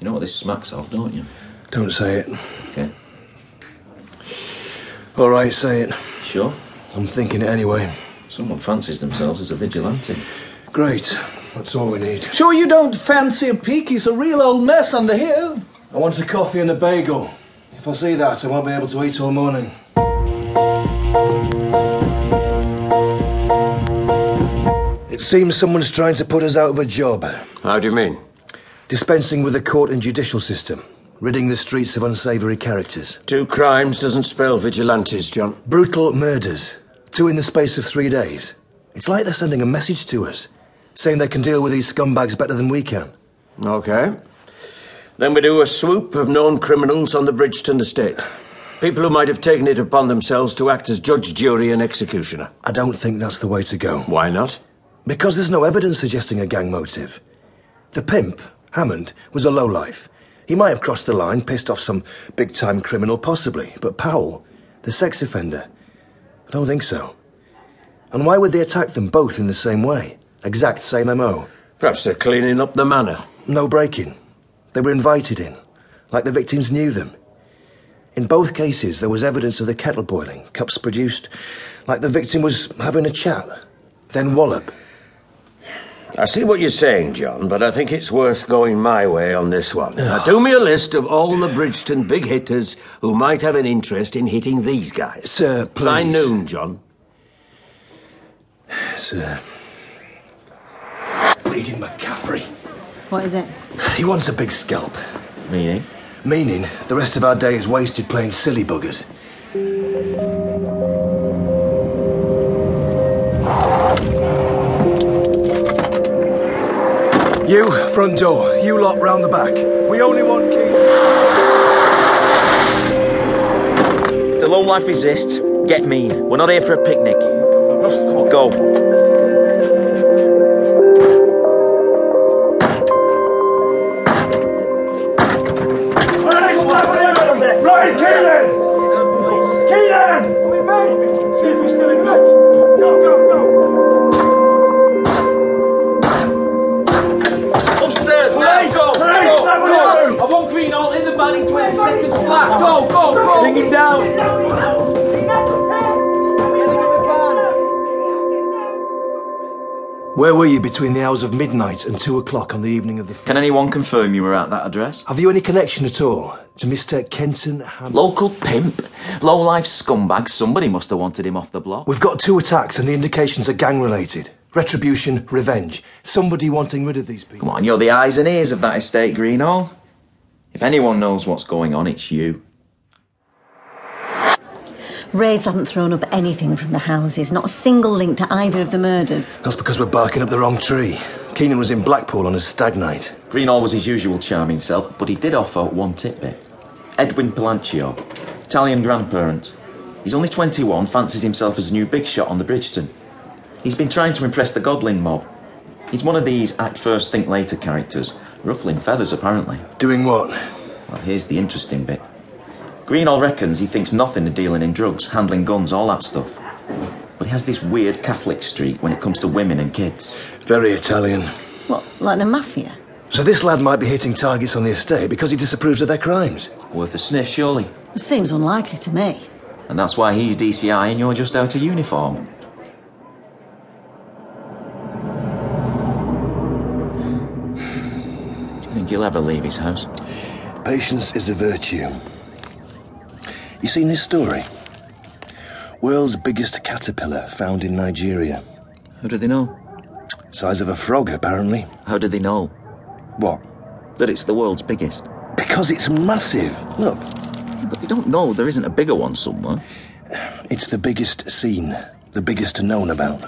You know what this smacks of, don't you? Don't say it. Okay. All right, say it. Sure. I'm thinking it anyway. Someone fancies themselves as a vigilante. Great. That's all we need. Sure you don't fancy a peek? He's a real old mess under here. I want a coffee and a bagel. If I see that, I won't be able to eat all morning. It seems someone's trying to put us out of a job, How do you mean? dispensing with the court and judicial system, ridding the streets of unsavoury characters. Two crimes doesn't spell vigilantes, John. Brutal murders, two in the space of three days. It's like they're sending a message to us, saying they can deal with these scumbags better than we can. Okay. Then we do a swoop of known criminals on the Bridgeton estate. People who might have taken it upon themselves to act as judge, jury, and executioner. I don't think that's the way to go. Why not? Because there's no evidence suggesting a gang motive. The pimp, Hammond, was a lowlife. He might have crossed the line, pissed off some big time criminal, possibly, but Powell, the sex offender, I don't think so. And why would they attack them both in the same way? Exact same MO. Perhaps they're cleaning up the manor. No breaking. They were invited in, like the victims knew them. In both cases, there was evidence of the kettle boiling, cups produced, like the victim was having a chat. Then wallop. I see what you're saying, John, but I think it's worth going my way on this one. now, do me a list of all the Bridgeton big hitters who might have an interest in hitting these guys. Sir, please. By noon, John. Sir. uh, Bleeding McCaffrey. What is it? He wants a big scalp. Meaning? Meaning, the rest of our day is wasted playing silly buggers. You, front door. You lot round the back. We only want keys. The low life exists. Get mean. We're not here for a picnic. Go. Right, Keelan! Keelan! Are we mate? See if he's still in bed. Go, go, go! Upstairs now, Police, go, police, go, let me go. loose. I want green all in the van in 20 seconds flat. Go, go, go. Bring him down. Where were you between the hours of midnight and two o'clock on the evening of the. Can anyone confirm you were at that address? Have you any connection at all to Mr. Kenton Ham? Local pimp. Low life scumbag. Somebody must have wanted him off the block. We've got two attacks, and the indications are gang related. Retribution, revenge. Somebody wanting rid of these people. Come on, you're the eyes and ears of that estate, Greenhall. If anyone knows what's going on, it's you. Raids haven't thrown up anything from the houses, not a single link to either of the murders. That's because we're barking up the wrong tree. Keenan was in Blackpool on a stag night. Greenall was his usual charming self, but he did offer one tidbit. Edwin Pallancio, Italian grandparent. He's only 21, fancies himself as a new big shot on the Bridgeton. He's been trying to impress the goblin mob. He's one of these act first, think later characters, ruffling feathers apparently. Doing what? Well, here's the interesting bit. Greenall reckons he thinks nothing of dealing in drugs, handling guns, all that stuff. But he has this weird Catholic streak when it comes to women and kids. Very Italian. What, like the mafia? So this lad might be hitting targets on the estate because he disapproves of their crimes. Worth a sniff, surely. Seems unlikely to me. And that's why he's DCI and you're just out of uniform. Do you think he'll ever leave his house? Patience is a virtue. You seen this story? World's biggest caterpillar found in Nigeria. How do they know? Size of a frog, apparently. How do they know What? that it's the world's biggest? Because it's massive. Look, But they don't know there isn't a bigger one somewhere. it's the biggest seen, the biggest known about.